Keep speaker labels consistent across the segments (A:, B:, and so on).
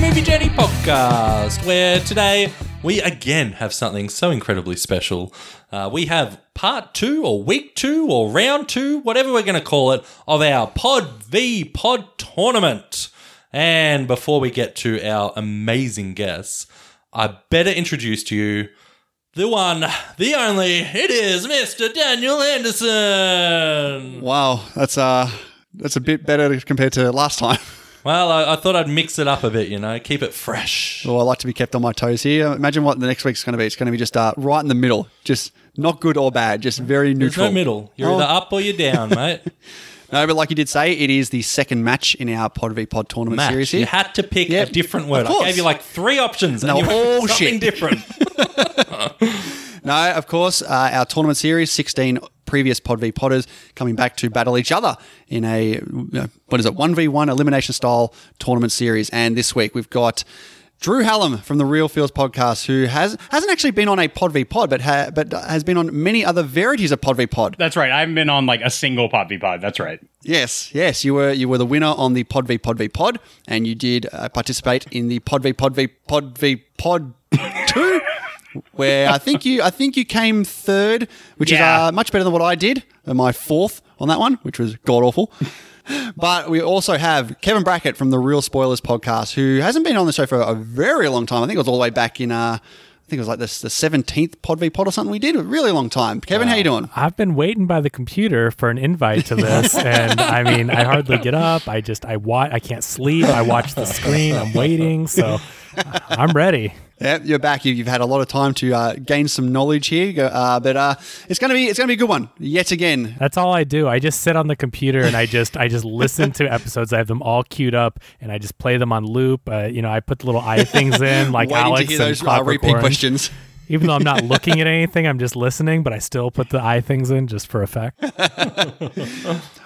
A: Movie Journey Podcast, where today we again have something so incredibly special. Uh, we have part two, or week two, or round two, whatever we're going to call it, of our Pod V Pod tournament. And before we get to our amazing guests, I better introduce to you the one, the only, it is Mr. Daniel Anderson.
B: Wow, that's uh that's a bit better compared to last time.
A: Well, I, I thought I'd mix it up a bit, you know, keep it fresh.
B: Well, I like to be kept on my toes here. Imagine what the next week's going to be. It's going to be just uh, right in the middle, just not good or bad, just very
A: There's
B: neutral.
A: no middle. You're
B: Oh.
A: either up or you're down, mate.
B: No, but like you did say, it is the second match in our Pod v Pod tournament
A: Match.
B: series
A: You
B: here.
A: had to pick
B: Yep.
A: a different
B: Of
A: word. I
B: course.
A: gave you like three options, and
B: No,
A: you went
B: all
A: with something
B: shit.
A: different.
B: no, of course, uh, our tournament series, sixteen previous Pod v Podders coming back to battle each other in a uh, what is it one v one elimination style tournament series. And this week we've got. Drew Hallam from the Real Feels podcast, who has hasn't actually been on a Pod v Pod, but ha, but has been on many other verities of Pod v Pod.
C: That's right. I haven't been on like a single Pod v Pod. That's right.
B: Yes, yes, you were you were the winner on the Pod v Pod v Pod, and you did uh, participate in the Pod v Pod v Pod v Pod two, where I think you I think you came third, which
C: Yeah.
B: is uh, much better than what I did. uh, My fourth on that one, which was god awful. But we also have Kevin Brackett from the Real Spoilers podcast, who hasn't been on the show for a very long time. I think it was all the way back in. Uh, I think it was like this, the seventeenth Pod v Pod or something we did. A really long time. Kevin, how you doing?
D: I've been waiting by the computer for an invite to this, and I mean, I hardly get up. I just, I watch, I can't sleep. I watch the screen. I'm waiting, so I'm ready.
B: Yep, you're back. You- You've had a lot of time to uh, gain some knowledge here, Go- uh, but uh, it's gonna be it's gonna be a good one yet again.
D: That's all I do. I just sit on the computer and I just, I just listen to episodes. I have them all queued up, and I just play them on loop. Uh, you know, I put the little eye things in, like
B: Waiting
D: Alex
B: to hear
D: and
B: those uh,
D: Clockwork
B: repeat
D: Orange.
B: questions.
D: Even though I'm not looking at anything, I'm just listening. But I still put the eye things in just for effect.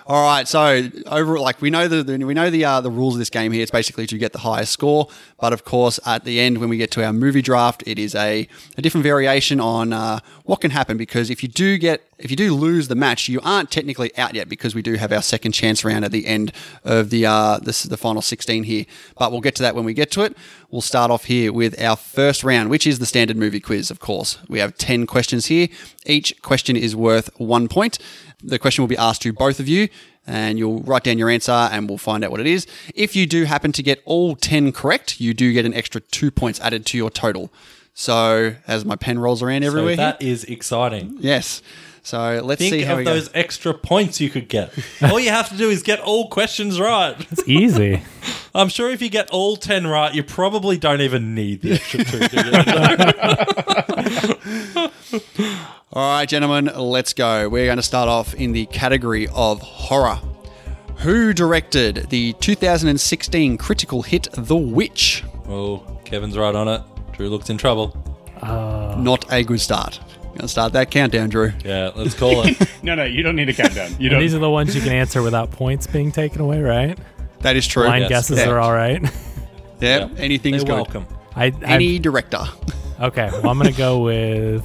B: All right, so overall, like we know the, the we know the uh, the rules of this game here. It's basically to get the highest score, but of course, at the end when we get to our movie draft, it is a, a different variation on uh, what can happen because if you do get if you do lose the match, you aren't technically out yet because we do have our second chance round at the end of the uh, this the final sixteen here. But we'll get to that when we get to it. We'll start off here with our first round, which is the standard movie quiz. Of course, we have ten questions here. Each question is worth one point. The question will be asked to both of you, and you'll write down your answer, and we'll find out what it is. If you do happen to get all 10 correct, you do get an extra two points added to your total. So, as my pen rolls around everywhere,
A: So
B: here-
A: that is exciting.
B: yes. So, let's see
A: Think
B: how
A: of
B: we go.
A: those extra points you could get. All you have to do is get all questions right.
D: It's easy.
A: I'm sure if you get all 10 right, you probably don't even need the extra two. do you?
B: All right, gentlemen, let's go. We're going to start off in the category of horror. Who directed the 2016 critical hit The Witch?
A: oh, Kevin's right on it. Drew looks in trouble.
B: Not a good start. Going to start that countdown, Drew.
A: Yeah, let's call it.
C: No, no, you don't need a countdown. You
D: These are
C: don't.
D: the ones you can answer without points being taken away, right?
B: That is true.
D: Blind
A: Yes.
D: guesses
B: Yeah.
D: are all right.
B: Yeah, anything's
A: They're
B: good.
A: welcome.
D: I,
B: Any
D: I
B: director.
D: okay. Well, I'm gonna go with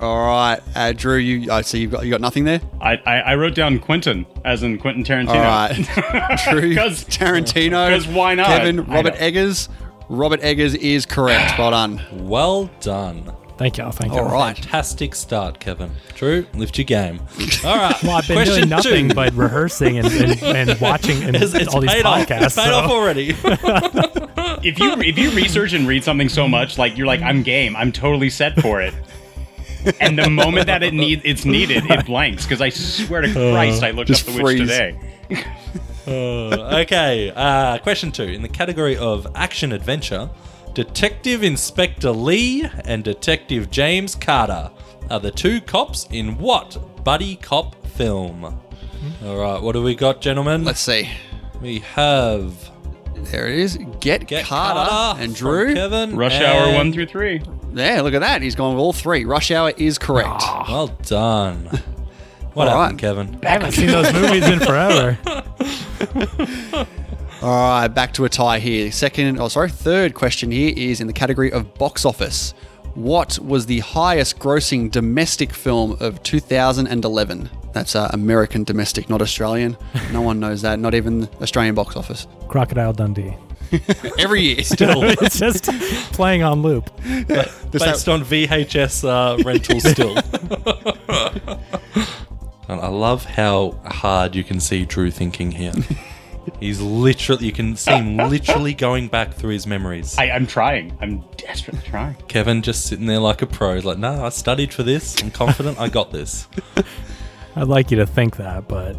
B: All right, uh, Drew. You, I see you've got you got nothing there.
C: I, I, I wrote down Quentin, as in Quentin Tarantino.
B: All right, Drew
C: 'Cause-
B: Tarantino.
C: 'cause why not?
B: Kevin
C: I
B: Robert
C: know.
B: Eggers. Robert Eggers is correct. Well done.
A: Well done.
D: thank y'all. Thank
B: All
D: y'all.
B: right.
A: Fantastic start, Kevin. Drew, lift your game. All right.
D: Well, I've been doing nothing but rehearsing and, and, and watching and
A: It's, it's
D: all these
A: paid off.
D: podcasts.
A: It's paid
D: so-
A: off already.
C: If you if you research and read something so much, like you're like, I'm game. I'm totally set for it. And the moment that it need it's needed, it blanks. Because I swear to
D: Uh,
C: Christ, I looked up
B: Just
C: the
B: freeze.
C: witch today.
A: okay. Uh, question two. In the category of action adventure, Detective Inspector Lee and Detective James Carter are the two cops in what buddy cop film? All right. What do we got, gentlemen?
B: Hmm? Let's see.
A: we have
B: There it is. Get,
A: Get
B: Carter,
A: Carter,
B: and
A: from
B: Drew.
A: Kevin.
C: Rush Hour
A: and-
C: one through three.
B: Yeah, look at that. He's gone with all three. Rush Hour is correct.
A: Well done. What
B: All
A: happened,
B: right.
A: Kevin?
D: I haven't seen those movies in forever.
B: All right, back to a tie here. Second, oh sorry, third question here is in the category of box office. What was the highest grossing domestic film of 2011? That's uh, American domestic, not Australian. No one knows that, not even Australian box office.
D: Crocodile Dundee.
B: every year.
A: Still
D: it's just playing on loop.
A: based on VHS uh, rental still. And I love how hard you can see Drew thinking here. He's literally, you can see him literally going back through his memories.
C: I, I'm trying. I'm desperately trying.
A: Kevin just sitting there like a pro, like, no, I studied for this. I'm confident I got this.
D: I'd like you to think that, but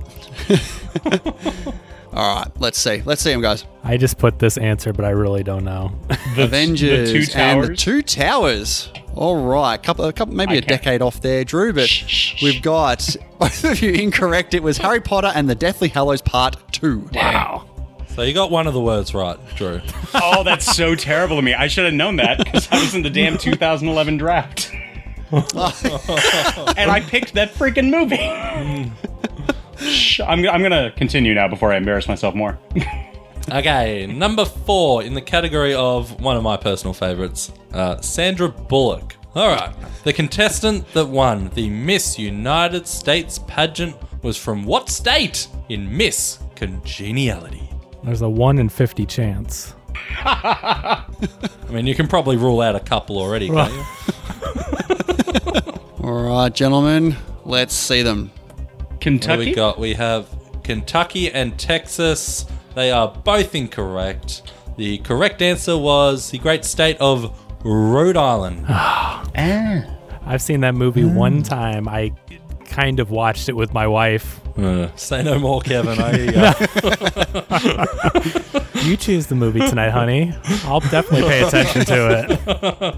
B: All right, let's see. Let's see them, guys.
D: I just put this answer, but I really don't know.
B: Avengers
C: the two
B: and the
C: towers.
B: two towers. All right, couple, a couple, maybe a
C: Okay.
B: decade off there, Drew. But we've got both of you incorrect. It was Harry Potter and the Deathly Hallows Part Two.
C: Wow.
A: So you got one of the words right, Drew.
C: Oh, that's so terrible of me. I should have known that because I was in the damn 2011 draft. and I picked that freaking movie. Shh, I'm, I'm going to continue now before I embarrass myself more.
A: Okay, number four in the category of one of my personal favorites, uh, Sandra Bullock. All right, the contestant that won the Miss United States pageant was from what state in Miss Congeniality?
D: There's a one in fifty chance.
A: I mean, you can probably rule out a couple already, can't you?
B: All right, gentlemen, let's see them.
A: What do
C: Kentucky?
A: we got? We have Kentucky and Texas. They are both incorrect. The correct answer was the great state of Rhode Island.
C: Ah.
D: I've seen that movie one
A: Mm.
D: time. I kind of watched it with my wife.
A: Uh, say no more, Kevin. I hear ya.
D: You choose the movie tonight, honey. I'll definitely pay attention to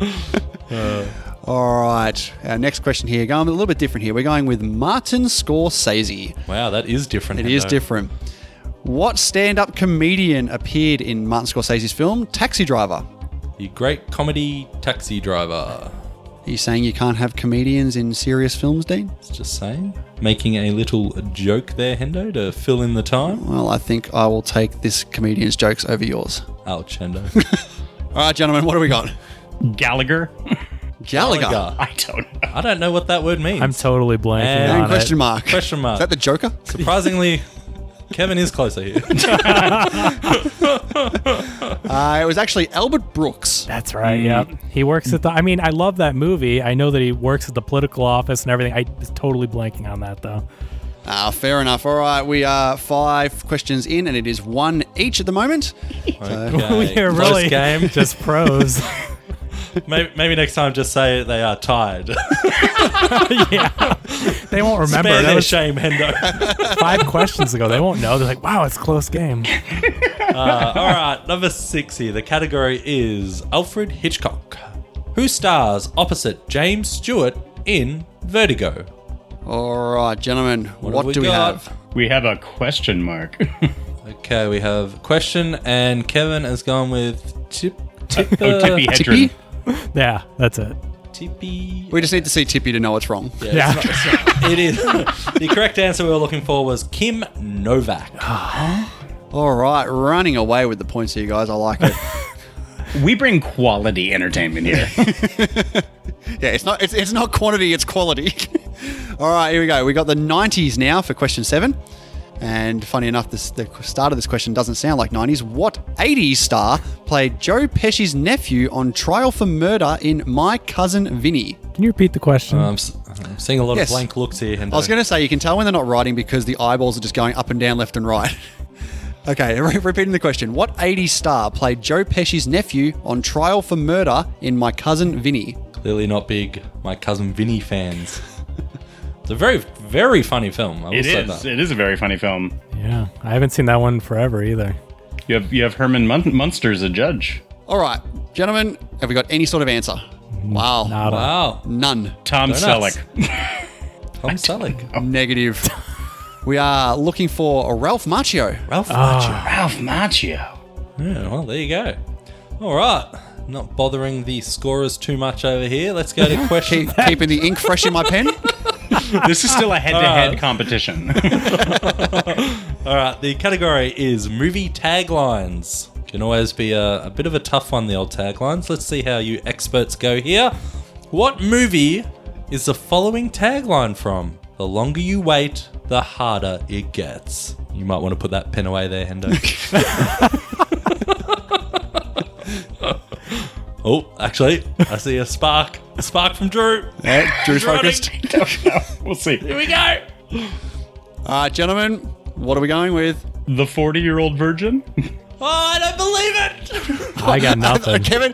D: it.
B: All right, our next question here, going a little bit different here. We're going with Martin Scorsese.
A: Wow, that is different.
B: It is
A: Hendo.
B: different. What stand-up comedian appeared in Martin Scorsese's film Taxi Driver?
A: The great comedy taxi driver.
B: Are you saying you can't have comedians in serious films, Dean?
A: It's Just saying. Making a little joke there, Hendo, to fill in the time.
B: Well, I think I will take this comedian's jokes over yours.
A: Ouch, Hendo.
B: All right, gentlemen, what do we got?
C: Gallagher?
B: Gallagher.
A: Gallagher.
C: I don't know.
A: I don't know what that word means.
D: I'm totally blanking
A: And
D: on
B: Question
D: it.
B: mark.
A: Question mark.
B: Is that the Joker?
A: Surprisingly, Kevin is closer here.
B: Uh, it was actually Albert Brooks.
D: That's right. Yeah, he works at the. I mean, I love that movie. I know that he works at the political office and everything. I was totally blanking on that though.
B: Ah, fair enough. All right, we are five questions in, and it is one each at the moment.
A: Okay.
D: we are
A: Close
D: really
A: game.
D: just pros.
A: Maybe, maybe next time just say they are tied.
D: yeah, they won't remember.
A: Spare
D: That
A: their
D: was
A: shame, Hendo.
D: five questions ago. They won't know. They're like, wow, it's a close game.
A: Uh, all right, number six here. The category is Alfred Hitchcock, who stars opposite James Stewart in Vertigo.
B: All right, gentlemen, what,
A: have
B: do
A: we
B: we
A: got?
B: have?
C: We have a question mark.
A: Okay, we have question, and Kevin has gone with tip, tip,
C: oh, Tippy Hedren.
B: Tippy?
D: Yeah, that's it.
A: tippy.
B: We just need to see Tippy to know it's wrong.
A: Yeah,
D: Yeah.
A: it's not- it's not- it is. the correct answer we were looking for was Kim Novak.
B: Um, All right, running away with the points here, guys. I like it.
C: We bring quality entertainment here.
B: yeah, it's not it's, it's not quantity, it's quality. All right, here we go. We got the 90s now for question seven. And funny enough, this, the start of this question doesn't sound like 90s. What 80s star played Joe Pesci's nephew on trial for murder in My Cousin Vinny?
D: Can you repeat the question?
A: I'm, s am seeing a lot
B: Yes.
A: of blank looks here. Hendo.
B: I was going to say, you can tell when they're not writing because the eyeballs are just going up and down, left and right. okay, re- repeating the question. What 80s star played Joe Pesci's nephew on trial for murder in My Cousin Vinny?
A: clearly not big my cousin Vinny fans. It's a very, very funny film. I will
C: it
A: say
C: is.
A: that.
C: It is a very funny film.
D: yeah, I haven't seen that one in forever either.
C: You have you have Herman Mun- Munster as a judge.
B: All right, gentlemen, have we got any sort of answer? Wow.
D: Not a-
A: Wow,
B: None.
C: Tom
A: Donuts.
C: Selleck.
A: Tom
C: Oh.
D: Oh.
A: Selleck,
B: Negative. we are looking for a Ralph Macchio.
A: Ralph
B: Ah.
A: Macchio.
C: Ralph Macchio.
A: Yeah, well, there you go. All right, not bothering the scorers too much over here. Let's go to question.
B: Keep, keeping the ink fresh in my pen.
C: This is still a head-to-head competition.
A: All right, the category is movie taglines. Can always be a, a bit of a tough one, the old taglines. Let's see how you experts go here. What movie is the following tagline from? The longer you wait, the harder it gets. You might want to put that pen away there, Hendo. Oh, actually, I see a spark. A spark from Drew.
B: Yeah, Drew's
A: Running.
B: focused.
C: We'll see.
A: Here we go.
B: All right, gentlemen, what are we going with?
C: The 40 year old virgin?
A: Oh, I don't believe it.
D: I got nothing.
B: Kevin,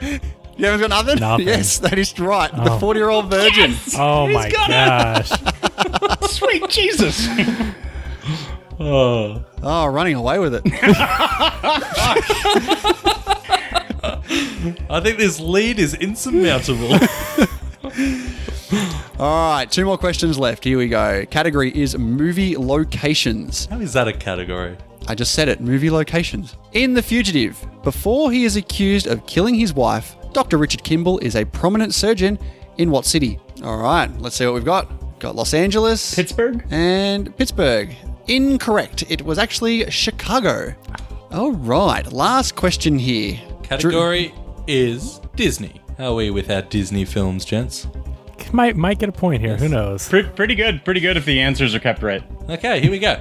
B: you haven't got nothing?
D: Nothing.
B: Yes, that is right. The
D: Oh.
B: 40 year old virgin.
D: Oh my
C: got it.
D: gosh.
C: Sweet Jesus. Uh,
B: Oh, running away with it.
A: I think this lead is insurmountable.
B: All right, two more questions left. Here we go. Category is movie locations.
A: How is that a category?
B: I just said it movie locations. In The Fugitive, before he is accused of killing his wife, Dr. Richard Kimball is a prominent surgeon in what city? All right, let's see what we've got. Got Los Angeles.
C: Pittsburgh?
B: And Pittsburgh. Incorrect. It was actually Chicago. All right, last question here.
A: Category is Disney. How are we with our Disney films, gents?
D: Might might get a point here. Who knows?
C: Pre- pretty good. Pretty good if the answers are kept right.
A: Okay, here we go.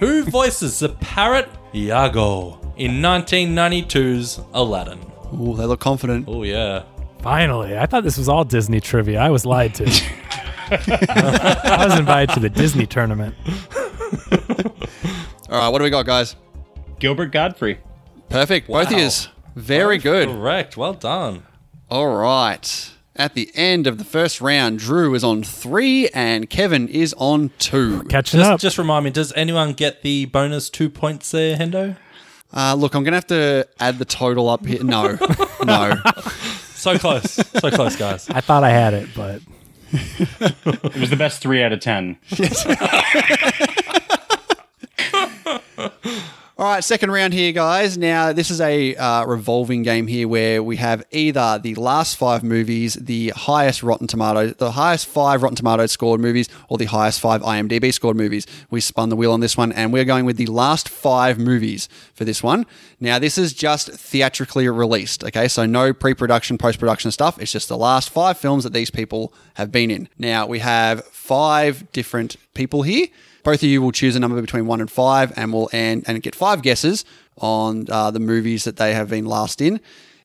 A: Who voices the parrot Iago in 1992's Aladdin?
B: Drew- Ooh, they look confident.
A: Oh, yeah.
D: Finally, I thought this was all Disney trivia. I was lied to. I was invited to the Disney tournament.
B: All right, what do we got, guys?
C: Gilbert Godfrey.
B: Perfect. Both of
A: Wow.
B: yous. Very good.
A: Correct. Well done.
B: All right. At the end of the first round, Drew is on three and Kevin is on two.
D: Catching
A: Just,
D: up.
A: just remind me, does anyone get the bonus two points there, Hendo?
B: Uh, look, I'm going to have to add the total up here. No, no.
A: So close. so close, guys.
D: I thought I had it, but
C: It was the best three out of 10.
B: All right, second round here, guys. Now, this is a uh, revolving game here where we have either the last five movies, the highest Rotten Tomatoes, the highest five Rotten Tomatoes scored movies, or the highest five IMDb scored movies. We spun the wheel on this one, and we're going with the last five movies for this one. Now, this is just theatrically released, okay? So, no pre production, post production stuff. It's just the last five films that these people have been in. Now, we have five different people here. Both of you will choose a number between one and five, and will and and get five guesses on uh, the movies that they have been last in.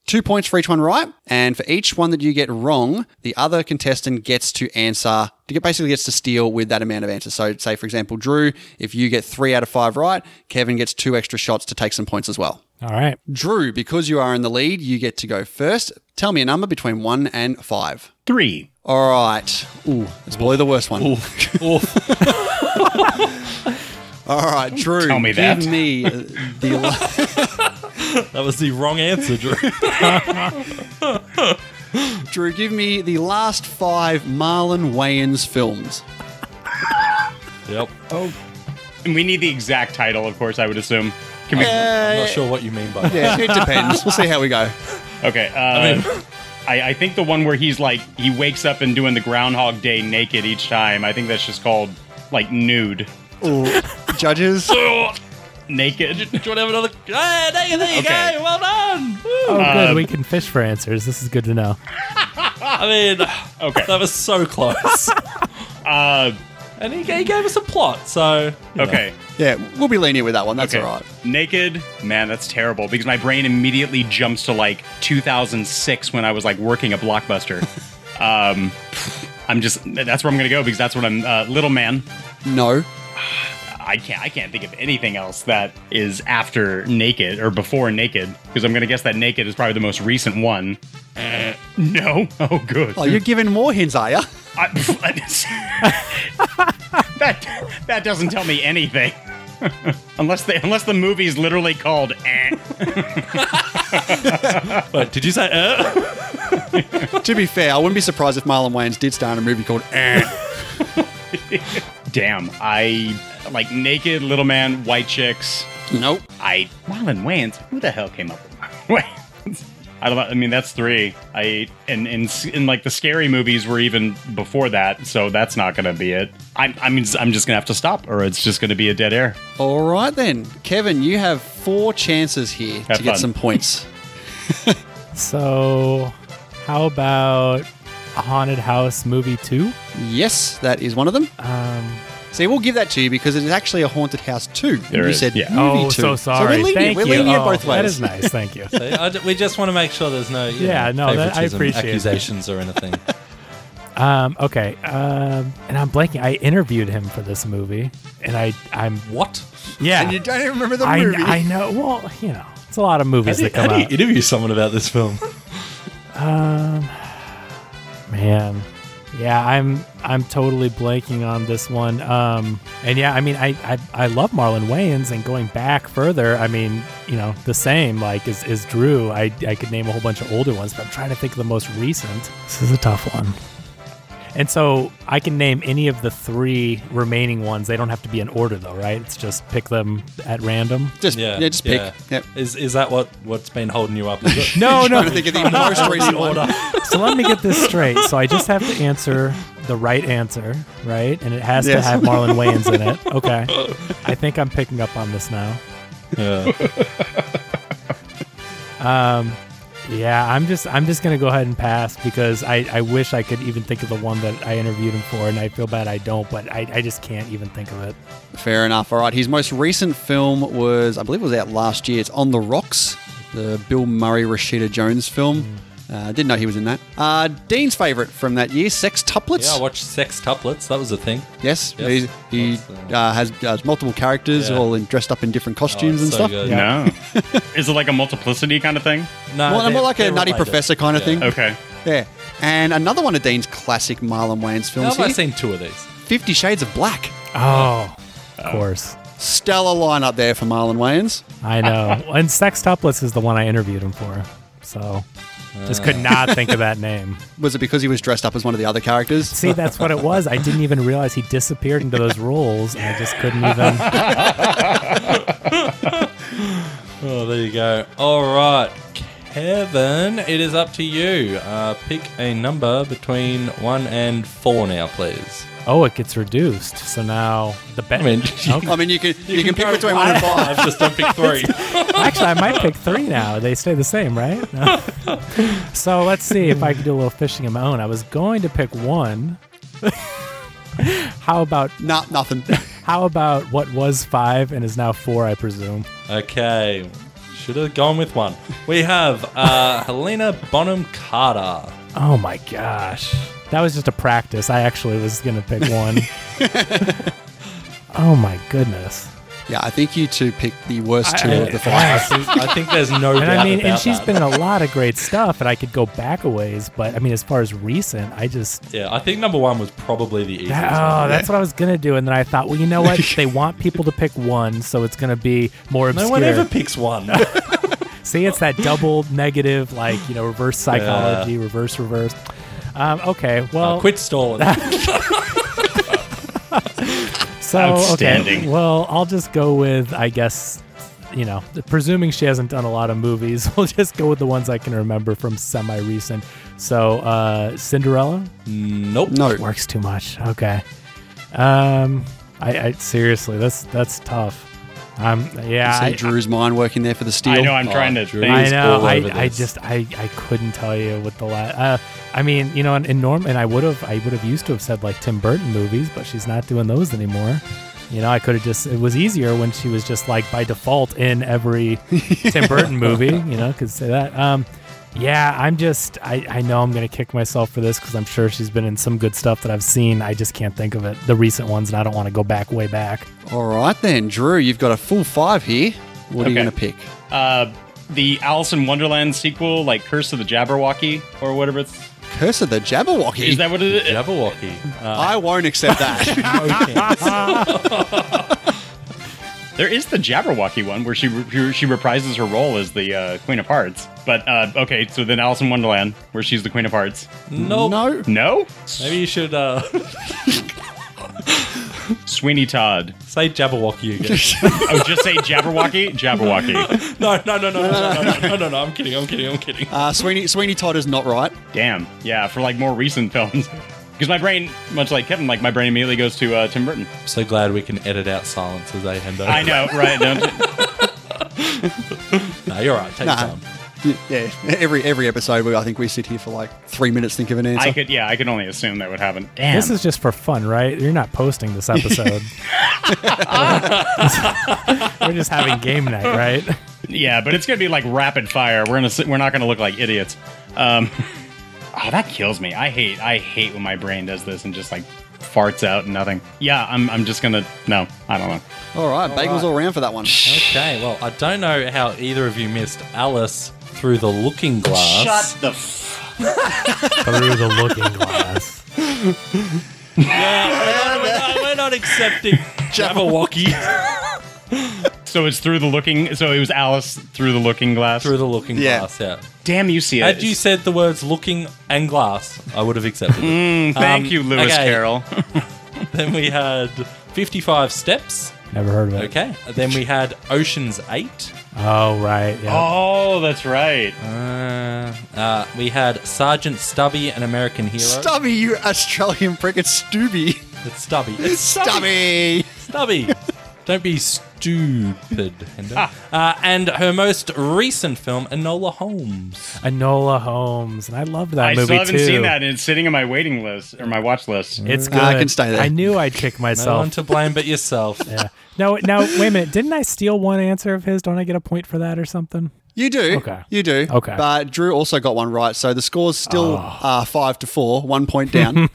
B: Two points for each one right, and for each one that you get wrong, the other contestant gets to answer. To get basically gets to steal with that amount of answers. So, say for example, Drew, if you get three out of five right, Kevin gets two extra shots to take some points as well.
D: all right.
B: Drew, because you are in the lead, you get to go first. Tell me a number between one and five.
C: Three.
B: All right. Ooh, it's probably the worst one.
A: Oof.
B: All right, Drew.
C: Tell me
B: give
C: that.
B: me uh, the. la-
A: That was the wrong answer, Drew.
B: Drew, give me the last five Marlon Wayans films.
A: yep.
C: And we need the exact title, of course, I would assume. Can we?
A: I'm not sure what you mean by that.
B: Uh, Yeah, it depends. We'll see how we go.
C: Okay. Uh, I, I, think the one where he's like, he wakes up and doing the Groundhog Day naked each time. I think that's just called, like, nude.
B: Judges.
C: Naked.
A: Do you want to have another? Ah, there you, there you
C: Okay.
A: go. Well done.
D: Oh,
A: Woo.
B: Uh,
D: good.
C: Um,
D: We can fish for answers. This is good to know.
A: I mean,
C: Okay.
A: that was so close. Um,
C: Uh,
A: and he, he gave us a plot, so. you know.
C: okay.
B: Yeah, we'll be lenient with that one. That's
C: Okay.
B: all right.
C: Naked, man, that's terrible because my brain immediately jumps to like 2006 when I was like working a blockbuster. um, I'm just that's where I'm gonna go because that's what I'm. Uh, little man,
B: No.
C: I can't I can't think of anything else that is after Naked or before Naked because I'm gonna guess that Naked is probably the most recent one. Uh, no, oh good.
B: Oh, you're giving more hints, are you?
C: I- that that doesn't tell me anything. unless they unless the movie's literally called. Eh.
A: Wait, did you say? Uh?
B: to be fair, I wouldn't be surprised if Marlon Wayans did star in a movie called eh.
C: Damn, I like naked little man, white chicks.
B: Nope.
C: I Marlon Wayans. Who the hell came up with Marlon Wayans? I don't. know, I mean, that's three. I and and s- and like the scary movies were even before that, so that's not gonna be it. I'm I mean I'm just gonna have to stop, or it's just gonna be a dead air.
B: All right then, Kevin, you have four chances here
C: Have
B: to get
C: fun.
B: some points.
D: So, how about Haunted House Movie Two?
B: yes, that is one of them.
D: Um,
B: See, we'll give that to you because it is actually a haunted house too.
C: There
B: you
C: is,
B: said
C: yeah.
B: movie
D: Oh,
B: too.
D: so sorry.
B: So we're leaning,
D: Thank
B: we're
D: you.
B: leaning it
D: Oh,
B: both ways.
D: That is nice. Thank you.
A: See, I d- we just want to make sure there's no you
D: Yeah,
A: know,
D: no, that- I
A: favoritism,
D: appreciate it.
A: accusations or anything.
D: Um, okay. Um, and I'm blanking. I interviewed him for this movie, and I, I'm
A: what?
D: yeah.
B: And you don't even remember the
D: I,
B: movie.
D: I know. Well, you know, it's a lot of
A: How
D: movies
A: do you-
D: that come
A: how do you
D: out.
A: interview someone about this film?
D: Um, man, yeah, I'm I'm totally blanking on this one. Um, and yeah, I mean, I I, I love Marlon Wayans, and going back further, I mean, you know, the same like is is Drew. I I could name a whole bunch of older ones, but I'm trying to think of the most recent. This is a tough one. And so I can name any of the three remaining ones. They don't have to be in order, though, right? It's just pick them at random.
B: Just,
A: Yeah,
B: yeah. just pick.
A: yeah.
B: Yep.
A: Is is that what what's been holding you up? Is it-
D: No, Oh, no.
B: Trying to think of the most recent one.
D: so let me get this straight. So I just have to answer the right answer, right? And it has to
B: Yes.
D: have Marlon Wayans in it. Okay. I think I'm picking up on this now.
A: Yeah.
D: Yeah, I'm just I'm just gonna go ahead and pass because I, I wish I could even think of the one that I interviewed him for and I feel bad I don't, but I, I just can't even think of it.
B: Fair enough. All right. His most recent film was, I believe it was out last year. It's On the Rocks, the Bill Murray Rashida Jones film.
D: Mm.
B: Uh, didn't know he was in that. Uh, Dean's favourite from that year, Sex Tuplets.
A: yeah, I watched Sex Tuplets. That was a thing.
B: yes.
A: Yes.
B: he's- He
A: That's the-
B: uh, has, has multiple characters,
A: Yeah.
B: all in, dressed up in different
A: Oh,
B: costumes
A: it's
B: and
A: so
B: stuff.
A: good.
D: Yeah.
C: No. is it like a multiplicity kind of thing?
A: No,
B: Well,
A: they're-
B: more like a
A: they're
B: Nutty
A: related.
B: Professor kind of
A: Yeah.
B: thing.
C: Okay.
B: Yeah. And another one of Dean's classic Marlon Wayans
A: Now
B: films
A: have I
B: here,
A: seen two of these?
B: Fifty Shades of Black.
D: Oh, of course.
B: Stellar lineup there for Marlon Wayans.
D: I know. and Sextuplets is the one I interviewed him for. So just could not think of that name.
B: Was it because he was dressed up as one of the other characters?
D: See, that's what it was. I didn't even realize he disappeared into those roles, and I just couldn't even.
A: Oh, there you go. All right, Kevin, it is up to you. Uh, pick a number between one and four now, please.
D: Oh, it gets reduced. So now the bet.
A: I mean,
B: I mean, you can you, can, pick between one and five.
A: Just don't pick three.
D: Actually, I might pick three now. They stay the same, right? No. so let's see if I can do a little fishing of my own. I was going to pick one. how about
B: Nah, nothing.
D: how about what was five and is now four? I presume.
A: okay, should have gone with one. We have uh, Helena Bonham Carter.
D: Oh my gosh, that was just a practice. I actually was going to pick one. oh my goodness.
B: yeah, I think you two picked the worst two
D: I-
B: of the five.
A: I think there's no doubt
D: And I mean,
A: about
D: and she's
A: that.
D: been in a lot of great stuff, and I could go back a ways, but I mean, as far as recent, I just.
A: Yeah, I think number one was probably the easiest.
D: That,
A: one.
D: oh, that's what I was gonna do, and then I thought, well, you know what? they want people to pick one, so it's gonna be more
A: No
D: obscure.
A: one ever picks one.
D: See, it's that double negative, like you know, reverse psychology, reverse, reverse. Um, okay, well,
A: Uh, Quit stalling.
D: so okay,
C: Outstanding.
D: well, I'll just go with, I guess, you know, presuming she hasn't done a lot of movies, we'll just go with the ones I can remember from semi-recent. So, uh, Cinderella,
A: nope.
B: No,
D: works too much. Okay. Um, I, I seriously, that's that's tough. Um, yeah,
B: see
D: I,
B: Drew's mind working there for the steal.
C: I know I'm
A: Oh,
C: trying to
A: Drew.
C: think.
D: I
A: is
D: know.
A: all
D: I,
A: over
D: I
A: this.
D: just I, I couldn't tell you what the last. Uh, I mean, you know, in, in Norm, and I would have I would have used to have said like Tim Burton movies, but she's not doing those anymore. You know, I could have just. It was easier when she was just like by default in every Tim Burton movie. You know, could say that. Um, yeah, I'm just. I, I know I'm gonna kick myself for this because I'm sure she's been in some good stuff that I've seen. I just can't think of it. The recent ones, and I don't want to go back way back.
B: All right then, Drew, you've got a full five here. What are you
C: Okay.
B: going to pick?
C: Uh, the Alice in Wonderland sequel, like Curse of the Jabberwocky or whatever it's.
B: Curse of the Jabberwocky.
C: Is that what it is?
A: Jabberwocky. Uh,
B: I won't accept that.
C: There is the Jabberwocky one where she re- she reprises her role as the uh, Queen of Hearts. But uh, okay, so then Alice in Wonderland where she's the Queen of Hearts.
A: nope.
B: no.
C: No,
A: Maybe you should uh,
C: Sweeney Todd.
A: say Jabberwocky again.
C: Oh, just say Jabberwocky, Jabberwocky.
A: No, no, no, no, no, no, no, no, no, no. I'm kidding. I'm kidding. I'm kidding.
B: Uh, Sweeney Sweeney Todd is not right.
C: Damn, yeah, for like more recent films. Because my brain, much like Kevin, like my brain immediately goes to uh, Tim Burton.
A: I'm so glad we can edit out silences, eh, Hendo?
C: I know, right? Don't
A: No, you're right. Take your
B: Nah.
A: time.
B: Yeah, every every episode, we, I think we sit here for like three minutes, think of an answer.
C: I could, yeah, I can only assume that would happen. Damn.
D: This is just for fun, right? You're not posting this episode. We're just having game night, right?
C: yeah, but it's gonna be like rapid fire. We're gonna, s- we're not gonna look like idiots. Um, oh, that kills me. I hate, I hate when my brain does this and just like farts out and nothing. Yeah, I'm, I'm just gonna. No, I don't know.
B: all right, bagels all around for that one.
A: Okay, well, I don't know how either of you missed Alice through the looking glass.
C: the. F-
D: Through the looking glass.
A: Yeah, we're, not, we're not accepting Jabberwocky
C: so it's through the looking. So it was Alice through the looking glass.
A: through the looking
B: Yeah.
A: glass. Yeah.
C: Damn, you see it.
A: Had you said the words looking and glass, I would have accepted it.
B: Mm.
C: Thank
A: Um,
C: you, Lewis
A: okay.
C: Carroll.
A: Then we had 55 steps.
D: Never heard of it.
A: Okay. Then we had Ocean's 8.
D: Oh, right. Yeah.
C: oh, that's right.
A: Uh, uh, we had Sergeant Stubby, an American hero.
B: Stubby, you Australian prick. It's Stubby.
A: It's Stubby. It's
B: Stubby.
A: Stubby. Don't be stupid, Hendo.
D: Ah.
A: Uh, and her most recent film, Enola Holmes.
D: Enola Holmes. And I love that
C: I
D: movie
C: still haven't
D: too.
C: seen that, and it's sitting on my waiting list or my watch list.
D: It's good.
B: Nah, I can stay there.
D: I knew I'd kick
A: No
D: myself.
A: one to blame but yourself.
D: yeah. No, now wait a minute. Didn't I steal one answer of his? Don't I get a point for that or something?
B: You do.
D: Okay.
B: You do.
D: Okay.
B: But Drew also got one right, so the score's still uh, five to four, one point down.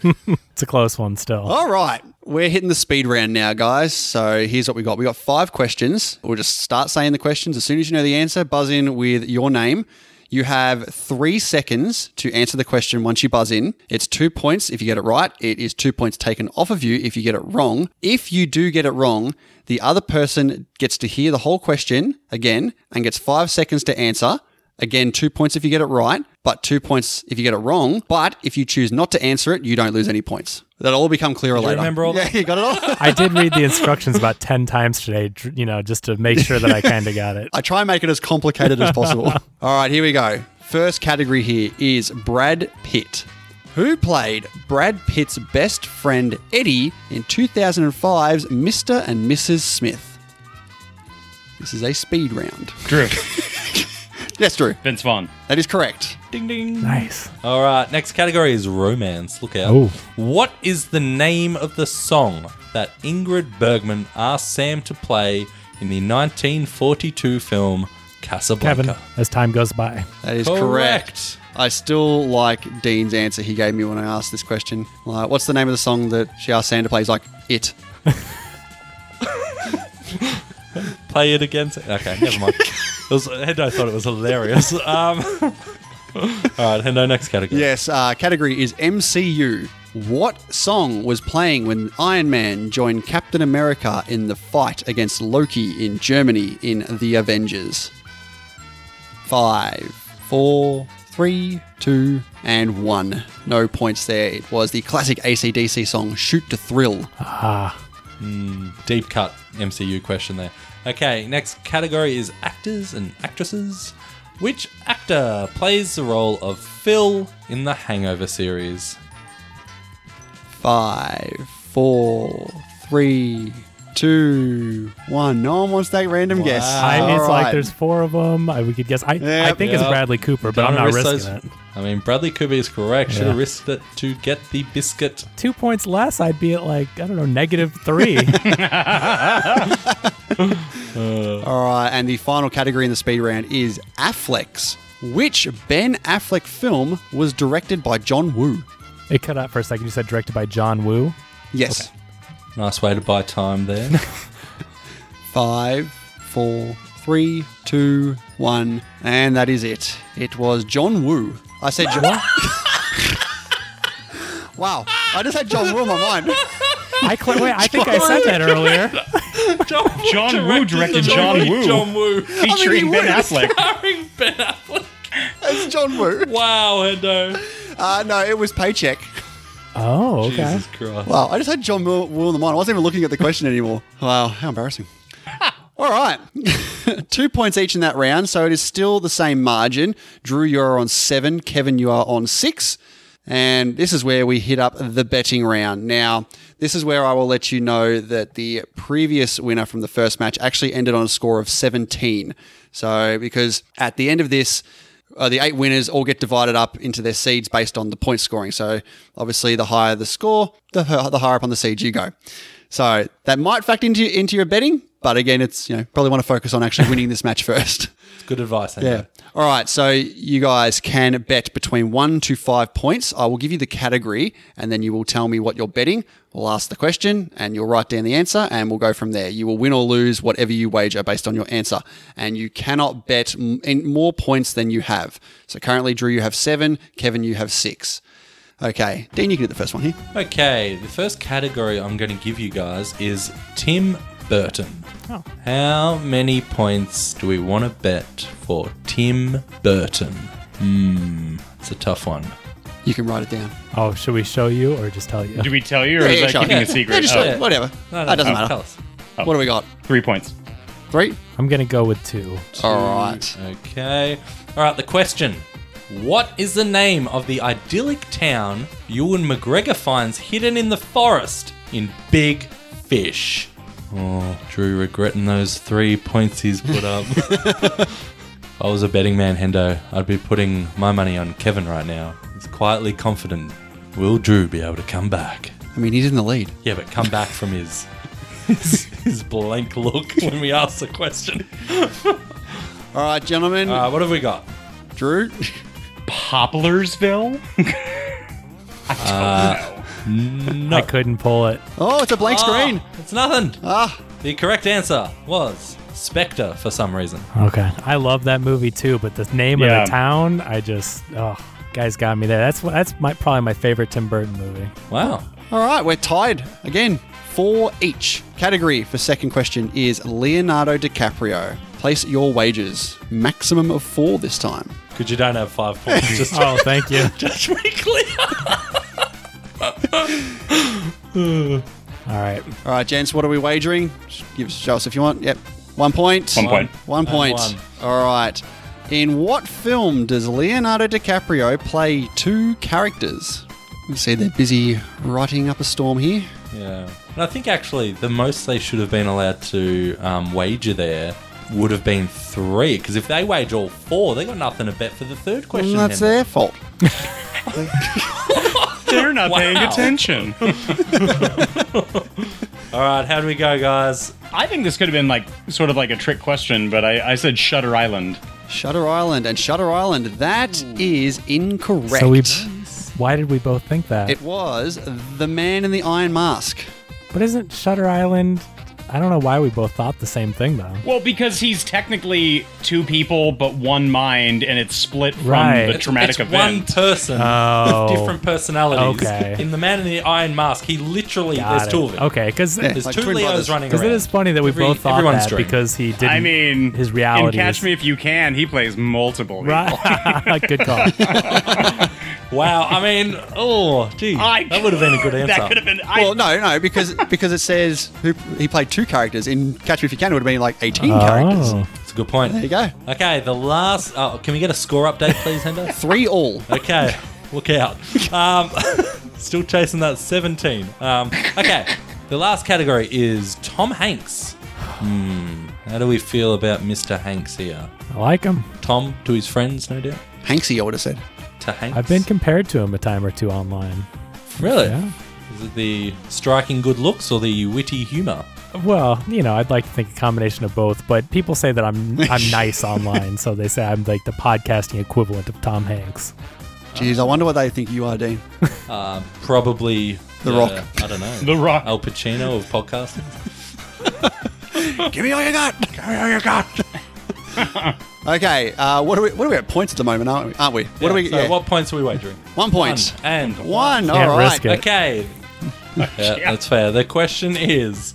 D: It's a close one still.
B: All right. We're hitting the speed round now, guys. So here's what we got. We got five questions. We'll just start saying the questions. As soon as you know the answer, buzz in with your name. You have three seconds to answer the question once you buzz in. It's two points if you get it right. It is two points taken off of you if you get it wrong. If you do get it wrong, the other person gets to hear the whole question again and gets five seconds to answer. Again, two points if you get it right, but two points if you get it wrong. But if you choose not to answer it, you don't lose any points. That'll all become clearer later.
A: remember all
B: yeah, you got it all.
D: I did read the instructions about 10 times today, dr- you know, just to make sure that I kind of got it.
B: I try and make it as complicated as possible. all right, here we go. First category here is Brad Pitt. Who played Brad Pitt's best friend Eddie in 2005's Mr. and Mrs. Smith? This is a speed round.
C: Drew,
B: Yes, Drew.
C: Vince Vaughn.
B: That is correct.
A: Ding ding.
D: Nice.
A: All right, next category is romance. Look out.
D: Oh.
A: What is the name of the song that Ingrid Bergman asked Sam to play in the 1942 film Casablanca?
D: Kevin,
B: uh,
D: as time goes by.
B: That is
A: Correct.
B: correct. I still like Dean's answer he gave me when I asked this question. Like, what's the name of the song that she asked Sam to play? He's like, It.
A: Play it again. Sa- Okay, never mind. it was, Hendo thought it was hilarious. Um, all right, Hendo, next category.
B: Yes, uh, category is MCU. What song was playing when Iron Man joined Captain America in the fight against Loki in Germany in The Avengers? Five, four, three, two, and one. No points there. It was the classic ACDC song Shoot to Thrill.
A: Deep cut MCU question there. Okay, next category is actors and actresses. Which actor plays the role of Phil in the Hangover series?
B: Five, four, three, two, one. No one wants that random guess.
A: Wow.
D: Uh, I,
B: All
D: it's like
B: right.
D: there's four of them. I, we could guess. I, I
B: Yep.
D: think it's
A: Yep.
D: Bradley Cooper, but I'm
A: Don't
D: not
A: risk
D: risking
A: those-
D: it.
A: I mean, Bradley Cooper is correct. Should have
D: Yeah.
A: risked it to get the biscuit.
D: Two points less, I'd be at like, I don't know, negative three.
B: All right, and the final category in the speed round is Afflecks. Which Ben Affleck film was directed by John Woo?
D: it cut out for a second. You said directed by John Woo.
B: Yes.
A: Nice way to buy time there.
B: Five, four, three, two, one, and that is it. It was John Woo. I said John. wow, I just had John Woo in my mind.
D: I cl- wait, I think I said that earlier.
A: John,
C: John Woo directed
A: the
C: John
A: movie
C: Woo.
A: John Woo.
C: Featuring Ben Affleck.
A: Starring Ben Affleck.
B: It's John Woo.
A: Wow, Hendo.
B: Uh, no, it was Paycheck.
D: Oh, okay.
A: Jesus Christ.
B: Wow, I just had John Woo Woo in the mind. I wasn't even looking at the question anymore. Wow, how embarrassing. All right. Two points each in that round, so it is still the same margin. Drew, you're on seven. Kevin, you are on six. And this is where we hit up the betting round. Now, this is where I will let you know that the previous winner from the first match actually ended on a score of 17. So, because at the end of this, uh, the eight winners all get divided up into their seeds based on the point scoring. So obviously, the higher the score, the, h- the higher up on the seed you go. So that might factor into into your betting, but again, it's you know probably want to focus on actually winning this match first.
A: It's good advice.
B: Yeah. All right. So you guys can bet between one to five points. I will give you the category and then you will tell me what you're betting. We'll ask the question and you'll write down the answer and we'll go from there. You will win or lose whatever you wager based on your answer. And you cannot bet m- in more points than you have. So currently, Drew, you have seven. Kevin, you have six. Okay. Dean, you can do the first one here.
A: Okay, the first category I'm going to give you guys is Tim Burton.
D: Oh.
A: How many points do we want to bet for Tim Burton? Hmm, it's a tough one.
B: You can write it down.
D: Oh, should we show you or just tell you?
C: Did we tell you, or is that
B: sure.
C: keeping a secret?
B: Yeah, just
C: Oh,
B: show- Whatever. that
A: no,
B: doesn't matter.
A: Oh, tell us.
B: What do we got?
C: three points.
B: Three?
D: I'm gonna go with two.
B: All right.
A: Okay. All right, the question. What is the name of the idyllic town Ewan McGregor finds hidden in the forest in Big Fish? Oh, Drew regretting those three points he's put up. if I was a betting man, Hendo, I'd be putting my money on Kevin right now. He's quietly confident. Will Drew be able to come back?
B: I mean, he's in the lead.
A: Yeah, but come back from his his, his blank look when we ask the question.
B: All right, gentlemen.
A: Uh, what have we got?
B: Drew.
C: Poplarsville.
D: I couldn't pull it.
B: Oh, it's a blank screen.
A: Ah, it's nothing.
B: Ah,
A: The correct answer was Spectre for some reason.
D: Okay. I love that movie too, but the name
C: Yeah.
D: of the town, I just oh guys got me there. That's what that's my probably my favorite Tim Burton movie.
A: Wow.
B: all right, we're tied again. Four each. Category for second question is Leonardo DiCaprio. Place your wagers. Maximum of four this time.
A: Because you don't have five points. Just,
D: Oh, thank you.
A: just be clear.
D: All right.
B: All right, gents, what are we wagering? Just Give us, show us if you want. Yep. One point.
C: One point.
B: One
A: And
B: point.
A: one.
B: All right. In what film does Leonardo DiCaprio play two characters? You see, they're busy writing up a storm here.
A: Yeah. And I think actually the most they should have been allowed to um, wager there would have been three. Because if they wage all four, they got nothing to bet for the third question.
B: And that's
A: Henry.
B: their fault.
C: They're not paying
A: Wow.
C: attention.
A: All right. How do we go, guys?
C: I think this could have been like sort of like a trick question, but I, I said Shutter Island.
B: Shutter Island and Shutter Island. That is incorrect.
D: So we why did we both think that?
B: It was The Man in the Iron Mask.
D: but isn't Shutter Island I don't know why we both thought the same thing though.
C: Well, because he's technically two people but one mind, and it's split from
D: Right.
C: the
D: It's-
C: traumatic
A: it's one
C: event.
A: person
D: Oh.
A: with different personalities.
D: Okay.
A: In the man in the iron mask, he literally
D: Got
A: there's two
D: it.
A: of them.
D: Okay, because
A: There's
B: Like
A: two
B: twin
A: Leos
B: brothers.
A: running around.
D: it is funny that we
A: Every-
D: both thought
A: everyone's
D: that
A: dreaming.
D: because he didn't.
C: I mean,
D: his reality.
C: In Catch
D: is-
C: Me If You Can, he plays multiple. people.
D: Right. Good call.
A: Wow, I mean, oh, gee,
C: I-
A: that would have been a good answer.
C: That could have been. I,
B: Well, no, no, because because it says who, he played two characters. In Catch Me If You Can, it would have been like 18 characters.
D: Oh.
A: That's a good point.
B: There you go.
A: Okay, the last. Oh, can we get a score update, please, Hendo?
B: Three all.
A: Okay, look out. Um, still chasing that 17. Um, okay, the last category is Tom Hanks. Hmm, how do we feel about Mr. Hanks here?
D: I like him.
A: Tom to his friends, no doubt.
B: Hanksy, I would have said.
A: To Hanks.
D: I've been compared to him a time or two online.
A: really.
D: Yeah.
A: Is it the striking good looks or the witty humor?
D: Well, you know, I'd like to think a combination of both, but people say that I'm I'm nice online, so they say I'm like the podcasting equivalent of Tom Hanks.
B: Jeez, I wonder what they think you are, Dean.
A: Um, probably
B: The Rock.
A: I don't know.
C: The Rock.
A: Al Pacino of podcasting.
B: Give me all you got. Give me all you got. okay, uh, what are we? What are we at points at the moment? Aren't we? Aren't we? What
A: Yeah,
B: are we?
A: so
B: yeah,
A: What points are we wagering?
B: one point.
A: One and
B: One.
D: Can't
B: all right.
D: risk it.
A: Okay. yeah, that's fair. The question is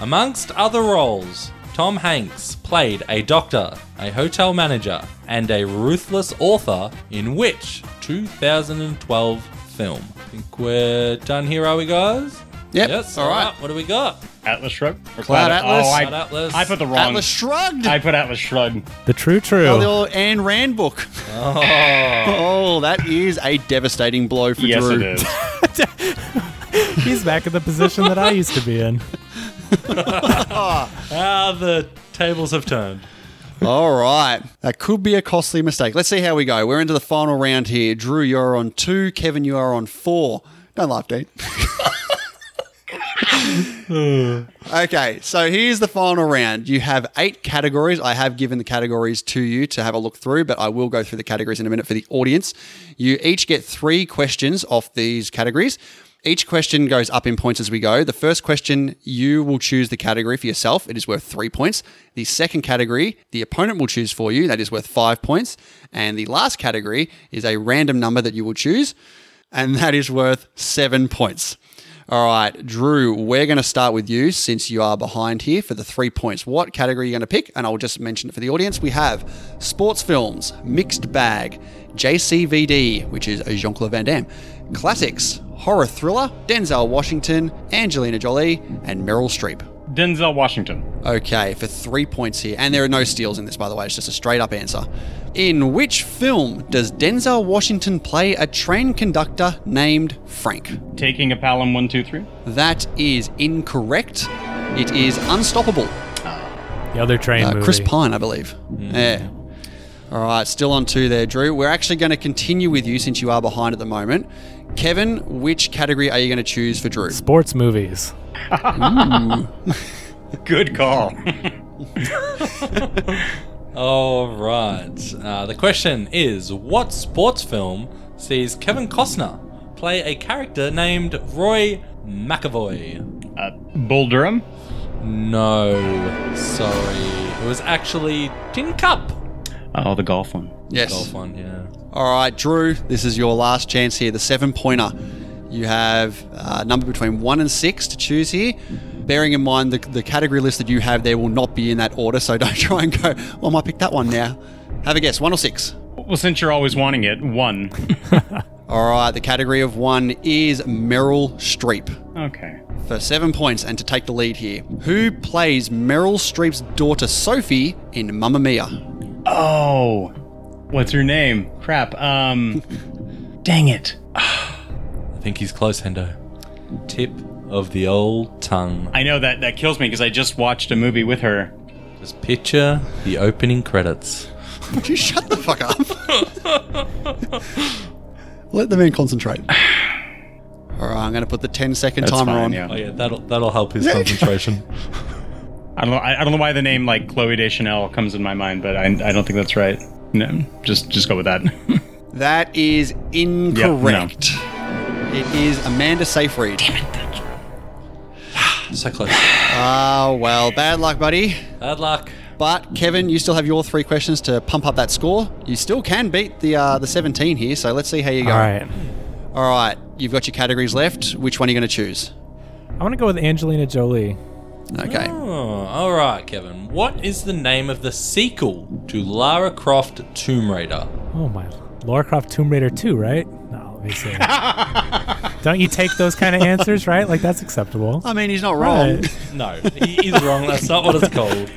A: Amongst other roles, Tom Hanks played a doctor, a hotel manager, and a ruthless author in which 2012 film? I think we're done here, are we, guys?
B: Yep.
A: Yes.
B: all right.
A: What do we got?
C: Atlas Shrugged. Or
B: Cloud Atlas.
C: Oh, I,
A: Cloud Atlas.
C: I put the wrong.
B: Atlas shrugged.
C: I put Atlas Shrugged.
D: The true
B: Oh, the
D: true.
B: old Anne Rand book. Oh. that is a devastating blow for
C: Yes,
B: Drew.
C: it is.
D: He's back in the position that I used to be in.
A: Ah, the tables have turned.
B: All right. That could be a costly mistake. Let's see how we go. We're into the final round here. Drew, you're on two. Kevin, you are on four. Don't laugh, Dean. okay, so here's the final round. You have eight categories. I have given the categories to you to have a look through, but I will go through the categories in a minute for the audience. You each get three questions off these categories. Each question goes up in points as we go. The first question, you will choose the category for yourself. It is worth three points. The second category, the opponent will choose for you. That is worth five points. And the last category is a random number that you will choose, and that is worth seven points. All right, Drew, we're going to start with you since you are behind here for the three points. What category are you going to pick? And I'll just mention it for the audience. We have sports films, mixed bag, JCVD, which is Jean Claude Van Damme, classics, horror thriller, Denzel Washington, Angelina Jolie, and Meryl Streep.
C: Denzel Washington.
B: Okay, for three points here. And there are no steals in this, by the way. It's just a straight up answer. In which film does Denzel Washington play a train conductor named Frank?
C: Taking a Palom one two three.
B: That is incorrect. It is Unstoppable.
D: The other train
B: Uh,
D: movie.
B: Chris Pine, I believe. Yeah. All right, still on two there, Drew. We're actually going to continue with you since you are behind at the moment. Kevin, which category are you going to choose for Drew?
D: Sports movies.
C: Good call.
A: All right. Uh, the question is What sports film sees Kevin Costner play a character named Roy McAvoy?
C: uh, Bull Durham.
A: No, sorry. It was actually Tin Cup.
C: Oh, the golf one.
B: Yes.
A: Golf one, yeah.
B: All right, Drew, this is your last chance here. The seven pointer. You have a number between one and six to choose here. Bearing in mind the, the category list that you have there will not be in that order, so don't try and go, well, I might pick that one now. Have a guess, one or six?
C: Well, since you're always wanting it, one.
B: All right, the category of one is Meryl Streep
C: okay.
B: for seven points and to take the lead here. Who plays Meryl Streep's daughter Sophie in Mamma Mia?
C: Oh, what's her name? Crap. Um, dang it.
A: I think he's close, Hendo. Tip of the old tongue.
C: I know that that kills me because I just watched a movie with her.
A: Just picture the opening credits.
B: Would you shut the fuck up? Let the man concentrate. All right, I'm going to put the 10 second
C: That's
B: timer
C: fine,
B: on.
C: yeah.
A: Oh yeah, that'll that'll help his concentration.
C: I don't know. I, I don't know why the name like Chloe Deschanel comes in my mind, but I, I don't think that's right. No, just just go with that.
B: That is incorrect. It is Amanda Seyfried.
A: so close.
B: Ah, well, bad luck, buddy.
A: Bad luck.
B: But Kevin, you still have your three questions to pump up that score. You still can beat the uh, the 17 here, so let's see how you go.
D: All right.
B: All right, you've got your categories left. Which one are you going to choose?
D: I want to go with Angelina Jolie.
B: Okay.
A: Oh, all right, Kevin. What is the name of the sequel to Lara Croft Tomb Raider?
D: Oh my. Lara Croft Tomb Raider 2, right? No, let me see. Don't you take those kind of answers, right? Like that's acceptable.
B: I mean, he's not wrong.
D: Right.
A: No, he is wrong. That's not what it's called.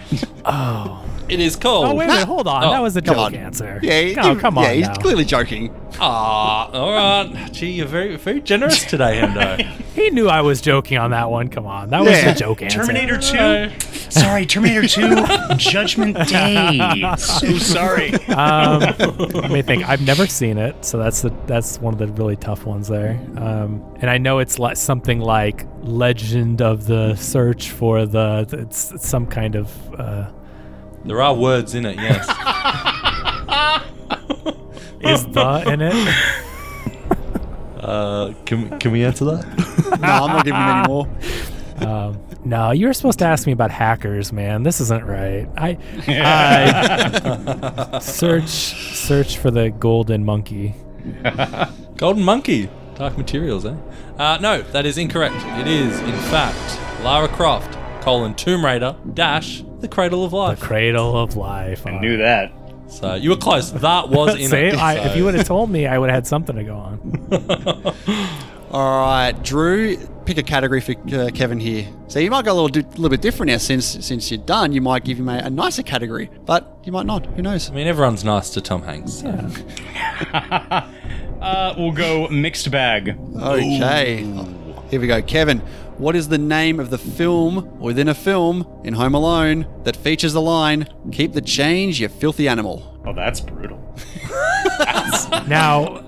D: Oh.
A: It is called.
D: Oh wait, wait, hold on.
A: Oh,
D: that was a
B: come
D: joke
B: on.
D: answer.
B: Yeah, he-
D: oh, come on.
B: yeah, he's
D: now.
B: clearly joking.
A: Ah, all right. Gee, you're very very generous today, Hendo.
D: He knew I was joking on that one. Come on, that was
B: Yeah.
D: a joke answer.
C: Terminator Two. Sorry, Terminator Two. Judgment Day. So sorry.
D: Um, let me think. I've never seen it, so that's the that's one of the really tough ones there. Um, and I know it's like something like Legend of the Search for the. It's, it's some kind of. Uh,
A: there are words in it. Yes.
D: is the in it?
A: Uh, can can we answer that?
B: No, I'm not giving him any more.
D: Um, no, you were supposed to ask me about hackers, man. This isn't right. I, I search search for the golden monkey.
A: Golden Monkey. Dark Materials, eh? Uh, no, that is incorrect. It is, in fact, Lara Croft, colon, Tomb Raider, dash, The Cradle of
D: The
A: Life.
D: cradle of life.
C: I knew that.
A: so you were close. That was in
D: See,
A: it.
D: I,
A: so-
D: if you would have told me, I would have had something to go on.
B: All right, Drew, pick a category for uh, Kevin here. So you might go a little, di- little bit different now since since you're done. You might give him a, a nicer category, but you might not. Who knows?
A: I mean, everyone's nice to Tom Hanks.
C: Uh, we'll go mixed bag.
B: Okay. Here we go. Kevin, What is the name of the film within a film in Home Alone that features the line, Keep the change, you filthy animal?
C: Oh, that's brutal.
D: Now,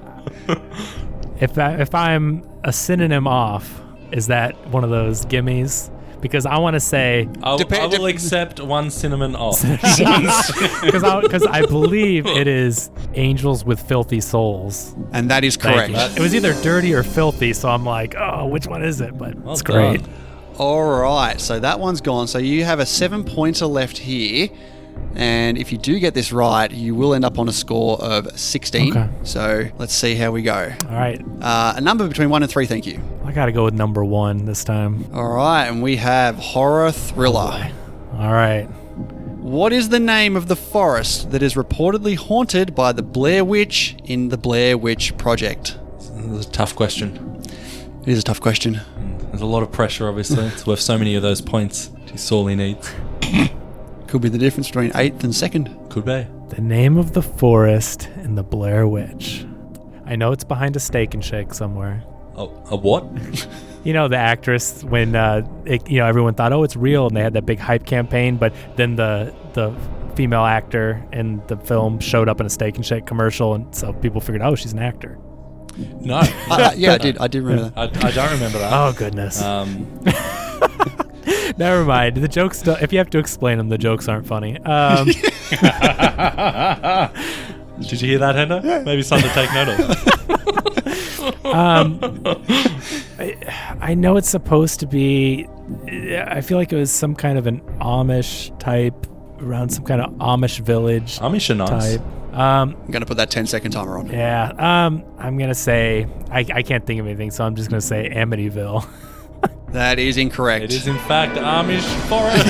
D: if I, if I'm a synonym off, is that one of those gimmies? Because I want to say
A: I'll,
B: Dep-
A: I will
B: dep-
A: accept one cinnamon off.
D: because I, 'cause I believe it is angels with filthy souls.
B: And that is
D: Thank
B: correct.
D: you. It was either dirty or filthy, so I'm like, oh, which one is it? But it's
A: done.
D: great.
B: All right, so that one's gone. So you have a seven pointer left here. And if you do get this right, you will end up on a score of 16.
D: Okay.
B: So let's see how we go.
D: All right,
B: Uh, a number between one and three, thank you.
D: I gotta go with number one this time.
B: All right, and we have horror
D: Oh,
B: thriller.
D: All right,
B: What is the name of the forest that is reportedly haunted by the Blair Witch in the Blair Witch Project?
A: That's a tough question.
B: It is a tough question.
A: There's a lot of pressure, obviously. It's worth so many of those points she sorely needs.
B: Could be the difference between eighth and second.
A: Could be.
D: the name of the forest in the Blair Witch. I know it's behind a steak and shake somewhere.
A: A, a what?
D: You know the actress when uh, it, you know everyone thought, oh, it's real, and they had that big hype campaign. But then the the female actor in the film showed up in a steak and shake commercial, and so people figured, oh, she's an actor.
A: No.
B: Uh, yeah, I did. I did remember that.
A: I, I don't remember that.
D: Oh goodness.
A: Um,
D: Never mind. The jokes. Don't, if you have to explain them, the jokes aren't funny. Um,
A: did you hear that, Hendo? Maybe something to take note of.
D: I know it's supposed to be. I feel like it was some kind of an Amish type around some kind of Amish village
A: Amish are nice.
D: type. Um,
B: I'm going to put that 10 second timer on.
D: yeah. Um, I'm gonna say I, I can't think of anything, so I'm just gonna say Amityville.
B: That is incorrect.
A: It is, in fact, Amish forest.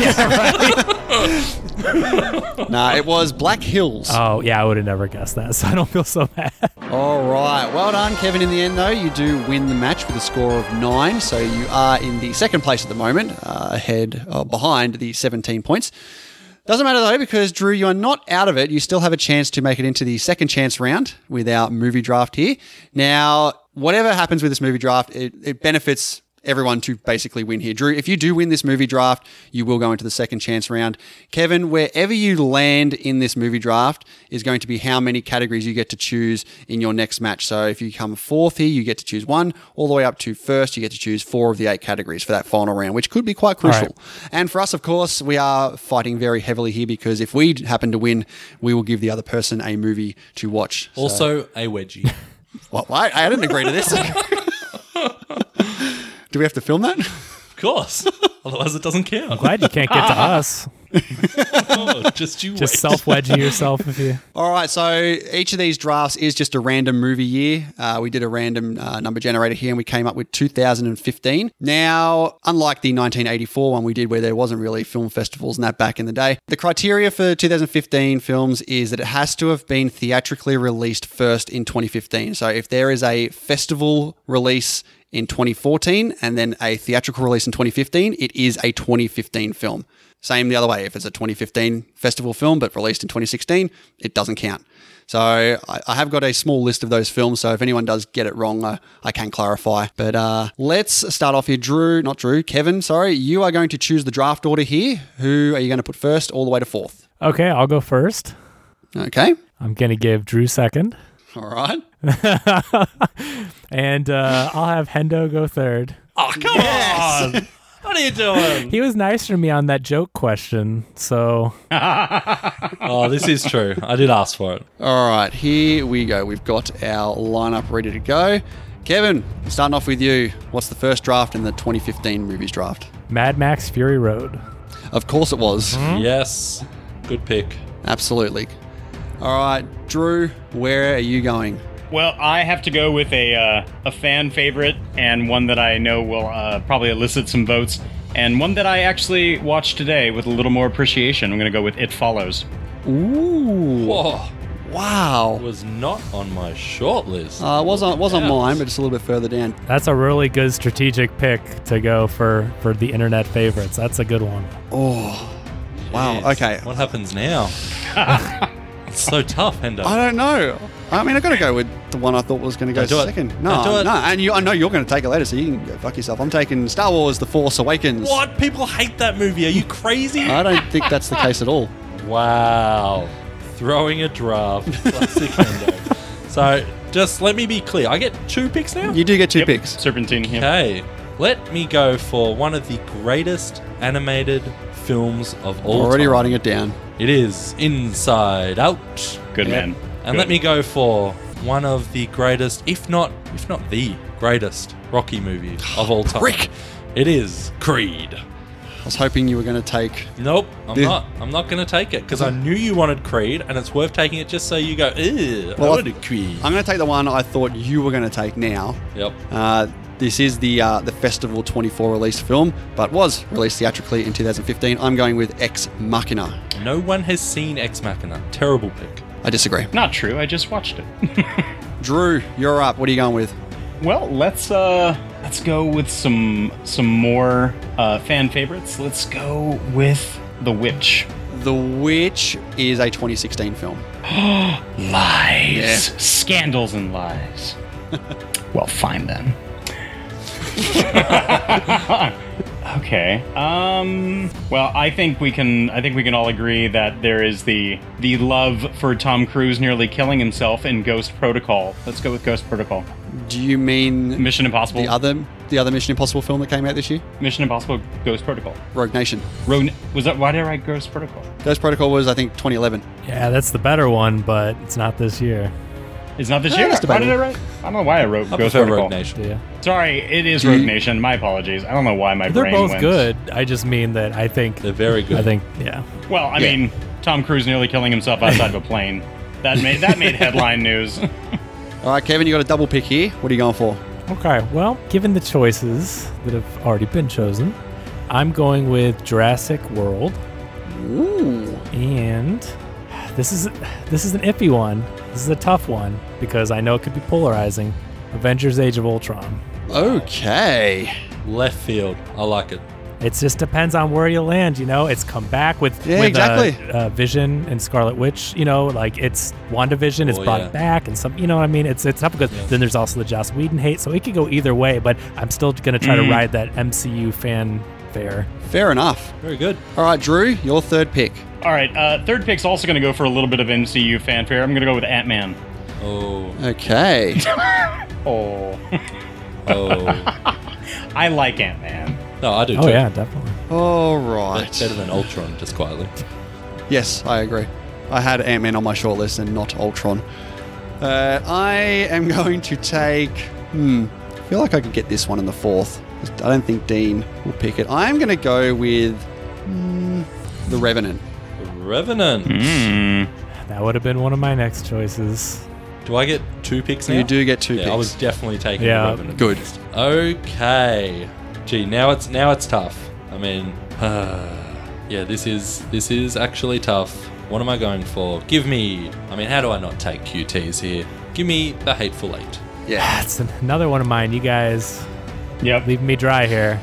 B: Nah, it was Black Hills.
D: oh yeah, I would have never guessed that, so I don't feel so bad.
B: All right. Well done, Kevin. In the end, though, you do win the match with a score of nine. So you are in the second place at the moment, uh, ahead uh, behind the 17 points. Doesn't matter, though, because Drew, you are not out of it. You still have a chance to make it into the second chance round with our movie draft here. Now, whatever happens with this movie draft, it, it benefits everyone to basically win here. Drew, if you do win this movie draft, you will go into the second chance round. Kevin, wherever you land in this movie draft is going to be how many categories you get to choose in your next match. So if you come fourth here, you get to choose one. All the way up to first, you get to choose four of the eight categories for that final round, which could be quite crucial. And for us, of course, we are fighting very heavily here because if we happen to win, we will give the other person a movie to watch.
A: also, a wedgie.
B: Well, I, I didn't agree to this. Do we have to film that?
A: Of course. Otherwise, it doesn't count.
D: Glad you can't get to us.
A: Oh, just you
D: Just
A: wait.
D: self wedgie yourself if you.
B: All right, so each of these drafts is just a random movie year. Uh, we did a random uh, number generator here and we came up with 2015. Now, unlike the 1984 one we did where there wasn't really film festivals and that back in the day, the criteria for 2015 films is that it has to have been theatrically released first in 2015. So if there is a festival release in 2014 and then a theatrical release in 2015, it is a 2015 film. Same the other way. If it's a 2015 festival film but released in 2016, it doesn't count. So I, I have got a small list of those films. So if anyone does get it wrong, uh, I can clarify. But uh, let's start off here. Drew, not Drew, Kevin, sorry. You are going to choose the draft order here. Who are you going to put first all the way to fourth?
D: Okay, I'll go first.
B: Okay.
D: I'm gonna give Drew second.
B: All right.
D: and uh, I'll have Hendo go third.
A: Oh, come on. What are you doing?
D: He was nice to me on that joke question, so
A: Oh, this is true. I did ask for it.
B: All right. Here we go. We've got our lineup ready to go. Kevin, starting off with you. What's the first draft in the 2015 movies draft?
D: Mad Max Fury Road.
B: Of course it was.
A: Mm-hmm. Hmm? Yes. Good pick.
B: Absolutely. All right, Drew, where are you going?
C: Well, I have to go with a uh, a fan favorite and one that I know will uh, probably elicit some votes, and one that I actually watched today with a little more appreciation. I'm going to go with It Follows.
B: Ooh.
A: Oh,
B: Wow.
A: was not on my short list.
B: Uh, was on was on
A: Yeah.
B: mine, but it's a little bit further down.
D: That's a really good strategic pick to go for for the internet favorites. That's a good one.
B: Oh. Wow.
A: Jeez.
B: Okay.
A: What happens now? it's so tough, Hendo.
B: I don't know. I mean, I got to go with the one I thought was going to go
A: Don't do it.
B: second.
A: Don't do
B: No,
A: it.
B: no, and you, I know you're going to take it later, so you can go fuck yourself. I'm taking Star Wars: The Force Awakens.
A: What? People hate that movie. Are you crazy?
B: I don't think that's the case at all.
A: Uh, Wow. Throwing a draft. Classic Hendo. So, just let me be clear. I get two picks now?
B: You do get two
C: Yep,
B: picks.
C: Serpentine. Yeah.
A: Okay. Let me go for one of the greatest animated films of all
B: Already
A: time.
B: writing it down.
A: It is Inside Out.
C: Good
B: Yeah.
C: man.
A: And
C: Good.
A: let me go for one of the greatest, if not if not the greatest Rocky movie of all time.
B: Prick.
A: It is Creed.
B: I was hoping you were going to take.
A: Nope, I'm
B: Dude.
A: not. I'm not going to take it because I knew you wanted Creed, and it's worth taking it just so you go. Ew,
B: Well,
A: I
B: I-
A: wanted Creed.
B: I'm going to take the one I thought you were going to take now.
A: yep.
B: Uh, this is the uh, the Festival 24 release film, but was released theatrically in 2015. I'm going with Ex Machina.
A: No one has seen Ex Machina. Terrible pick.
B: I disagree.
C: Not true. I just watched it.
B: Drew, you're up. What are you going with?
C: well, let's uh let's go with some some more uh, fan favorites. Let's go with The Witch.
B: The Witch is a 2016 film.
C: Lies.
B: Yeah.
C: Eh. Scandals and lies. well, fine then. okay. Um well, I think we can I think we can all agree that there is the the love for Tom Cruise nearly killing himself in Ghost Protocol. Let's go with Ghost Protocol.
B: Do you mean
C: Mission Impossible.
B: the other the other Mission Impossible film that came out this year?
C: Mission Impossible Ghost Protocol.
B: Rogue Nation.
C: Rogue was that why did I write Ghost Protocol?
B: Ghost Protocol was I think 2011.
D: Yeah, that's the better one, but it's not this year.
C: It's not this
B: Eh,
C: year.
B: that's
C: Why did I write? I don't know why I wrote
A: I
C: Ghost
A: prefer
C: Protocol.
A: Rogue Nation.
D: Yeah.
C: Sorry, it is
B: Do
C: Rogue
B: you-
C: Nation. My apologies. I don't know why my
D: They're
C: brain
D: both
C: went-
D: good. I just mean that I think
A: They're very good.
D: I think yeah.
C: Well, I
B: Yeah.
C: mean, Tom Cruise nearly killing himself outside of a plane. That made that made headline news.
B: All right, Kevin, you got a double pick here. What are you going for?
D: Okay, well, given the choices that have already been chosen, I'm going with Jurassic World,
B: Ooh.
D: and this is this is an iffy one. This is a tough one because I know it could be polarizing. Avengers: Age of Ultron.
B: Okay.
A: Left field. I like it.
D: It just depends on where you land, you know. It's come back with,
B: Yeah,
D: with uh,
B: exactly.
D: uh, Vision and Scarlet Witch, you know, like it's WandaVision, it's
A: Oh,
D: brought
A: yeah.
D: back, and some, you know what I mean? It's it's tough because then there's also the Joss Whedon hate, so it could go either way. But I'm still gonna try to ride that MCU fanfare.
B: Fair enough.
A: Very good.
B: All right, Drew, your third pick.
C: All right, uh, third pick's also going to go for a little bit of MCU fanfare. I'm going to go with Ant Man.
A: Oh,
B: Okay.
C: Oh,
A: oh.
C: I like Ant Man.
A: no, I do too.
D: Oh yeah, definitely.
B: All
A: That's better
B: right.
A: than Ultron, just quietly.
B: Yes, I agree. I had Ant Man on my short list and not Ultron. Uh, I am going to take. Hmm. I feel like I could get this one in the fourth. I don't think Dean will pick it. I'm going to go with hmm, The Revenant.
A: Revenant.
B: Hmm?
D: That would have been one of my next choices.
A: Do I get two picks now?
B: You do get two
A: Yeah,
B: picks.
A: I was definitely taking
D: Yeah.
A: the Revenant.
B: Good.
A: Okay. Gee, now it's now it's tough. I mean, yeah, this is this is actually tough. What am I going for? Give me. I mean, how do I not take QTs here? Give me the hateful eight.
B: Yeah.
D: That's an- another one of mine. You guys
C: Yep.
D: leaving me dry here.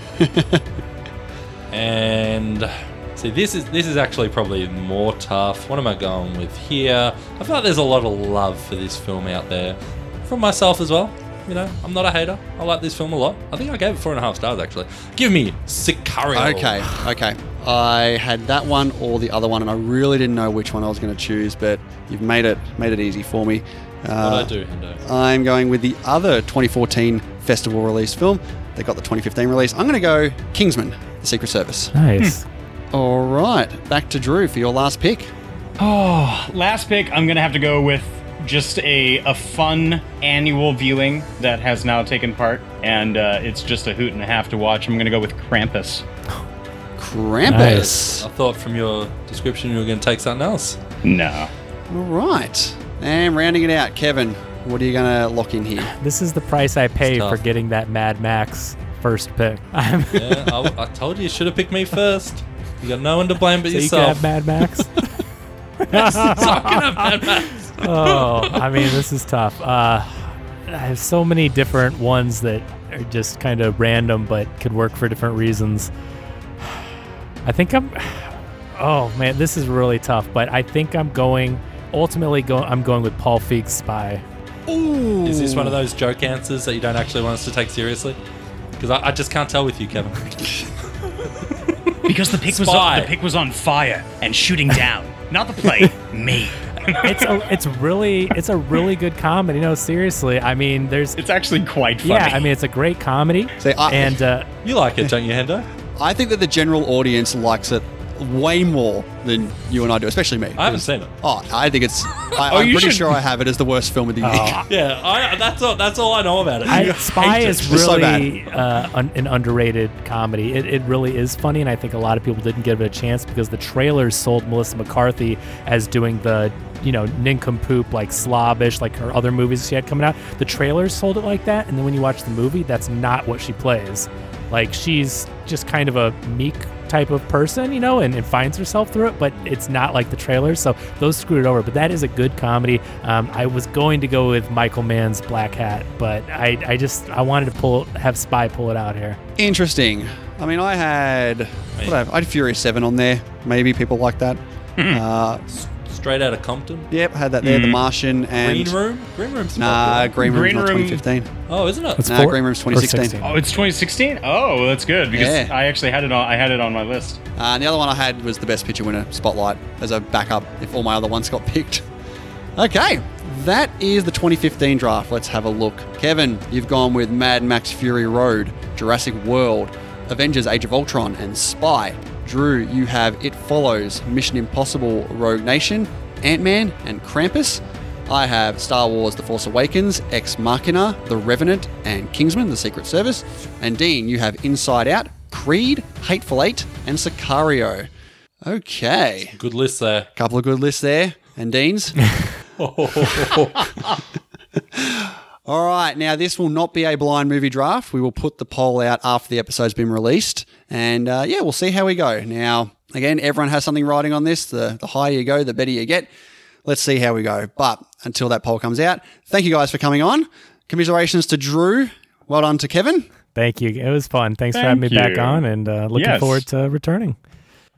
A: And see, this is this is actually probably more tough. What am I going with here? I feel like there's a lot of love for this film out there, from myself as well. You know, I'm not a hater. I like this film a lot. I think I gave it four and a half stars actually. Give me Sicario.
B: Okay. Okay. I had that one or the other one, and I really didn't know which one I was going to choose, but you've made it made it easy for me.
A: What
B: Uh,
A: I do, Hendo.
B: I'm going with the other 2014 festival release film. They got the 2015 release. I'm going to go Kingsman, The Secret Service.
D: Nice.
B: All right, back to Drew for your last pick.
C: Oh, last pick. I'm going to have to go with just a a fun annual viewing that has now taken part, and uh, it's just a hoot and a half to watch. I'm going to go with Krampus.
B: Krampus.
A: I thought from your description you were going to take something else.
C: No.
B: All right, and rounding it out, Kevin. What are you going to lock in here?
D: this is the price I pay
A: tough.
D: for getting that Mad Max first pick. I'm
A: Yeah, I, I told you you should have picked me first. You got no one to blame but
D: so you can
A: yourself.
D: have Mad Max.
A: So I can have Mad Max.
D: oh, I mean, this is tough. Uh, I have so many different ones that are just kind of random, but could work for different reasons. I think I'm. Oh man, this is really tough. But I think I'm going. Ultimately, go, I'm going with Paul Feig's Spy. Ooh.
A: Is this one of
B: Hmm.
A: those joke answers that you don't actually want us to take seriously? Because I, I just can't tell with you, Kevin.
C: Because the pick was
A: Spy.
C: on, the pick was on fire and shooting down, not the play, me.
D: it's a, it's really it's a really good comedy. No, seriously. I mean, there's
C: It's actually quite funny.
D: yeah. I mean, it's a great comedy.
B: Say, I-
D: and uh,
A: You like it, don't you, Hendo?
B: I think that the general audience likes it way more than you and I do, especially me.
A: I haven't seen it.
B: Oh, I think it's. I,
C: Oh,
B: I'm
C: you
B: pretty
C: should- Oh.
B: sure I have it as the worst film of the year.
A: Yeah, I, that's all. That's all I know about it.
D: I, Spy
B: hate
D: is
B: it. It's so
D: really uh, un, an underrated comedy. It, it really is funny, and I think a lot of people didn't give it a chance because the trailers sold Melissa McCarthy as doing the you know nincompoop like slobbish like her other movies she had coming out. The trailers sold it like that, and then when you watch the movie, that's not what she plays. Like she's just kind of a meek type of person, you know, and, and finds herself through it, but it's not like the trailers. So those screwed it over. But that is a good comedy. Um, I was going to go with Michael Mann's Black Hat, but I, I just I wanted to pull have Spy pull it out here.
B: Interesting. I mean, I had. What did I, have? I had Fury 7 on there. Maybe people like that.
C: Hmm.
B: uh,
A: Straight out of Compton.
B: yep, had that there. The Martian and.
A: Green Room. Green Room's
B: Nah,
A: not
B: Green Room's
C: Green
B: not
C: Room-
B: 2015.
A: good. Oh, isn't it?
B: Nah, Green Room's 2016.
C: Oh, it's 2016. Oh, that's good because
B: Yeah.
C: I actually had it on. I had it on my list.
B: Uh, and the other one I had was the Best Picture winner, Spotlight, as a backup if all my other ones got picked. Okay, that is the 2015 draft. Let's have a look. Kevin, you've gone with Mad Max Fury Road, Jurassic World, Avengers Age of Ultron, and Spy. Drew, you have It Follows, Mission Impossible Rogue Nation, Ant Man, and Krampus. I have Star Wars The Force Awakens, Ex Machina, The Revenant, and Kingsman The Secret Service. And Dean, you have Inside Out, Creed, Hateful Eight, and Sicario. Okay.
A: Good list there.
B: Couple of good lists there. And Dean's? All right. Now, this will not be a blind movie draft. We will put the poll out after the episode's been released. And uh, yeah, we'll see how we go. Now, again, everyone has something writing on this. The, the higher you go, the better you get. Let's see how we go. But until that poll comes out, thank you guys for coming on. Commiserations to Drew. Well done to Kevin.
D: Thank you. It was fun. Thanks for
C: Thank
D: having me back
C: you.
D: on, and uh, looking
C: Yes.
D: forward to returning.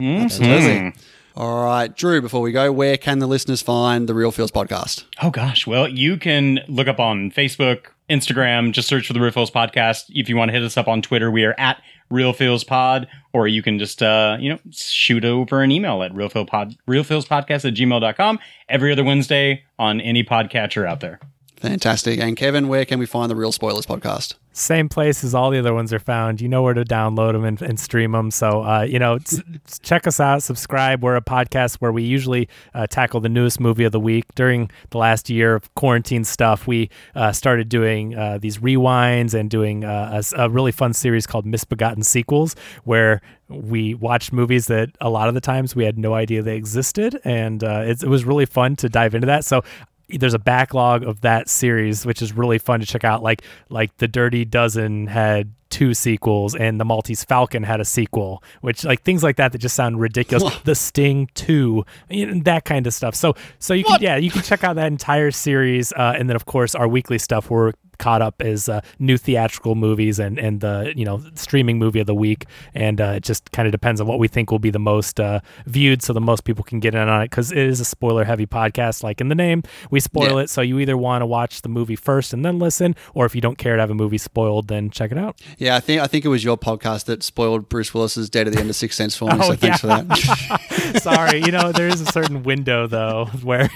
B: Absolutely. All right, Drew, before we go, where can the listeners find the Real Feels podcast?
C: Oh gosh. Well, you can look up on Facebook, Instagram, just search for the Real Feels Podcast. If you want to hit us up on Twitter, we are at Real Feels Pod, or you can just uh, you know, shoot over an email at Real Feels Pod Real Feels Podcast at gmail.com every other Wednesday on any podcatcher out there.
B: Fantastic. And Kevin, where can we find the Real Spoilers podcast?
D: Same place as all the other ones are found. You know where to download them and, and stream them. So, uh, you know, s- s- check us out, subscribe. We're a podcast where we usually uh, tackle the newest movie of the week. During the last year of quarantine stuff, we uh, started doing uh, these rewinds and doing uh, a s- a, really fun series called Misbegotten Sequels, where we watched movies that a lot of the times we had no idea they existed. And uh, it's, it was really fun to dive into that. So, there's a backlog of that series which is really fun to check out like like the dirty dozen had two sequels and the maltese falcon had a sequel which like things like that that just sound ridiculous the sting 2 you know, that kind of stuff so so you can yeah you can check out that entire series uh, and then of course our weekly stuff we're caught up is uh, new theatrical movies and and the you know streaming movie of the week and uh, it just kind of depends on what we think will be the most uh, viewed so the most people can get in on it because it is a spoiler heavy podcast like in the name we spoil
B: Yeah.
D: it so you either want to watch the movie first and then listen or if you don't care to have a movie spoiled then check it out
B: Yeah, I think I think it was your podcast that spoiled Bruce Willis's Dead at the End of Sixth Sense for me.
D: Oh,
B: so thanks for that.
D: sorry you know there is a certain window though where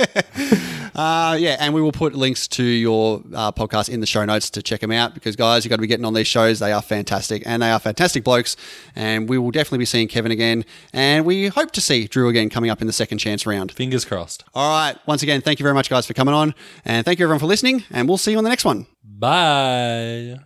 B: uh, yeah, and we will put links to your uh, podcast in the show notes to check them out because guys, you got to be getting on these shows. They are fantastic, and they are fantastic blokes. And we will definitely be seeing Kevin again, and we hope to see Drew again coming up in the second chance round.
A: Fingers crossed.
B: All right, once again, thank you very much, guys, for coming on, and thank you everyone for listening. And we'll see you on the next one.
A: Bye.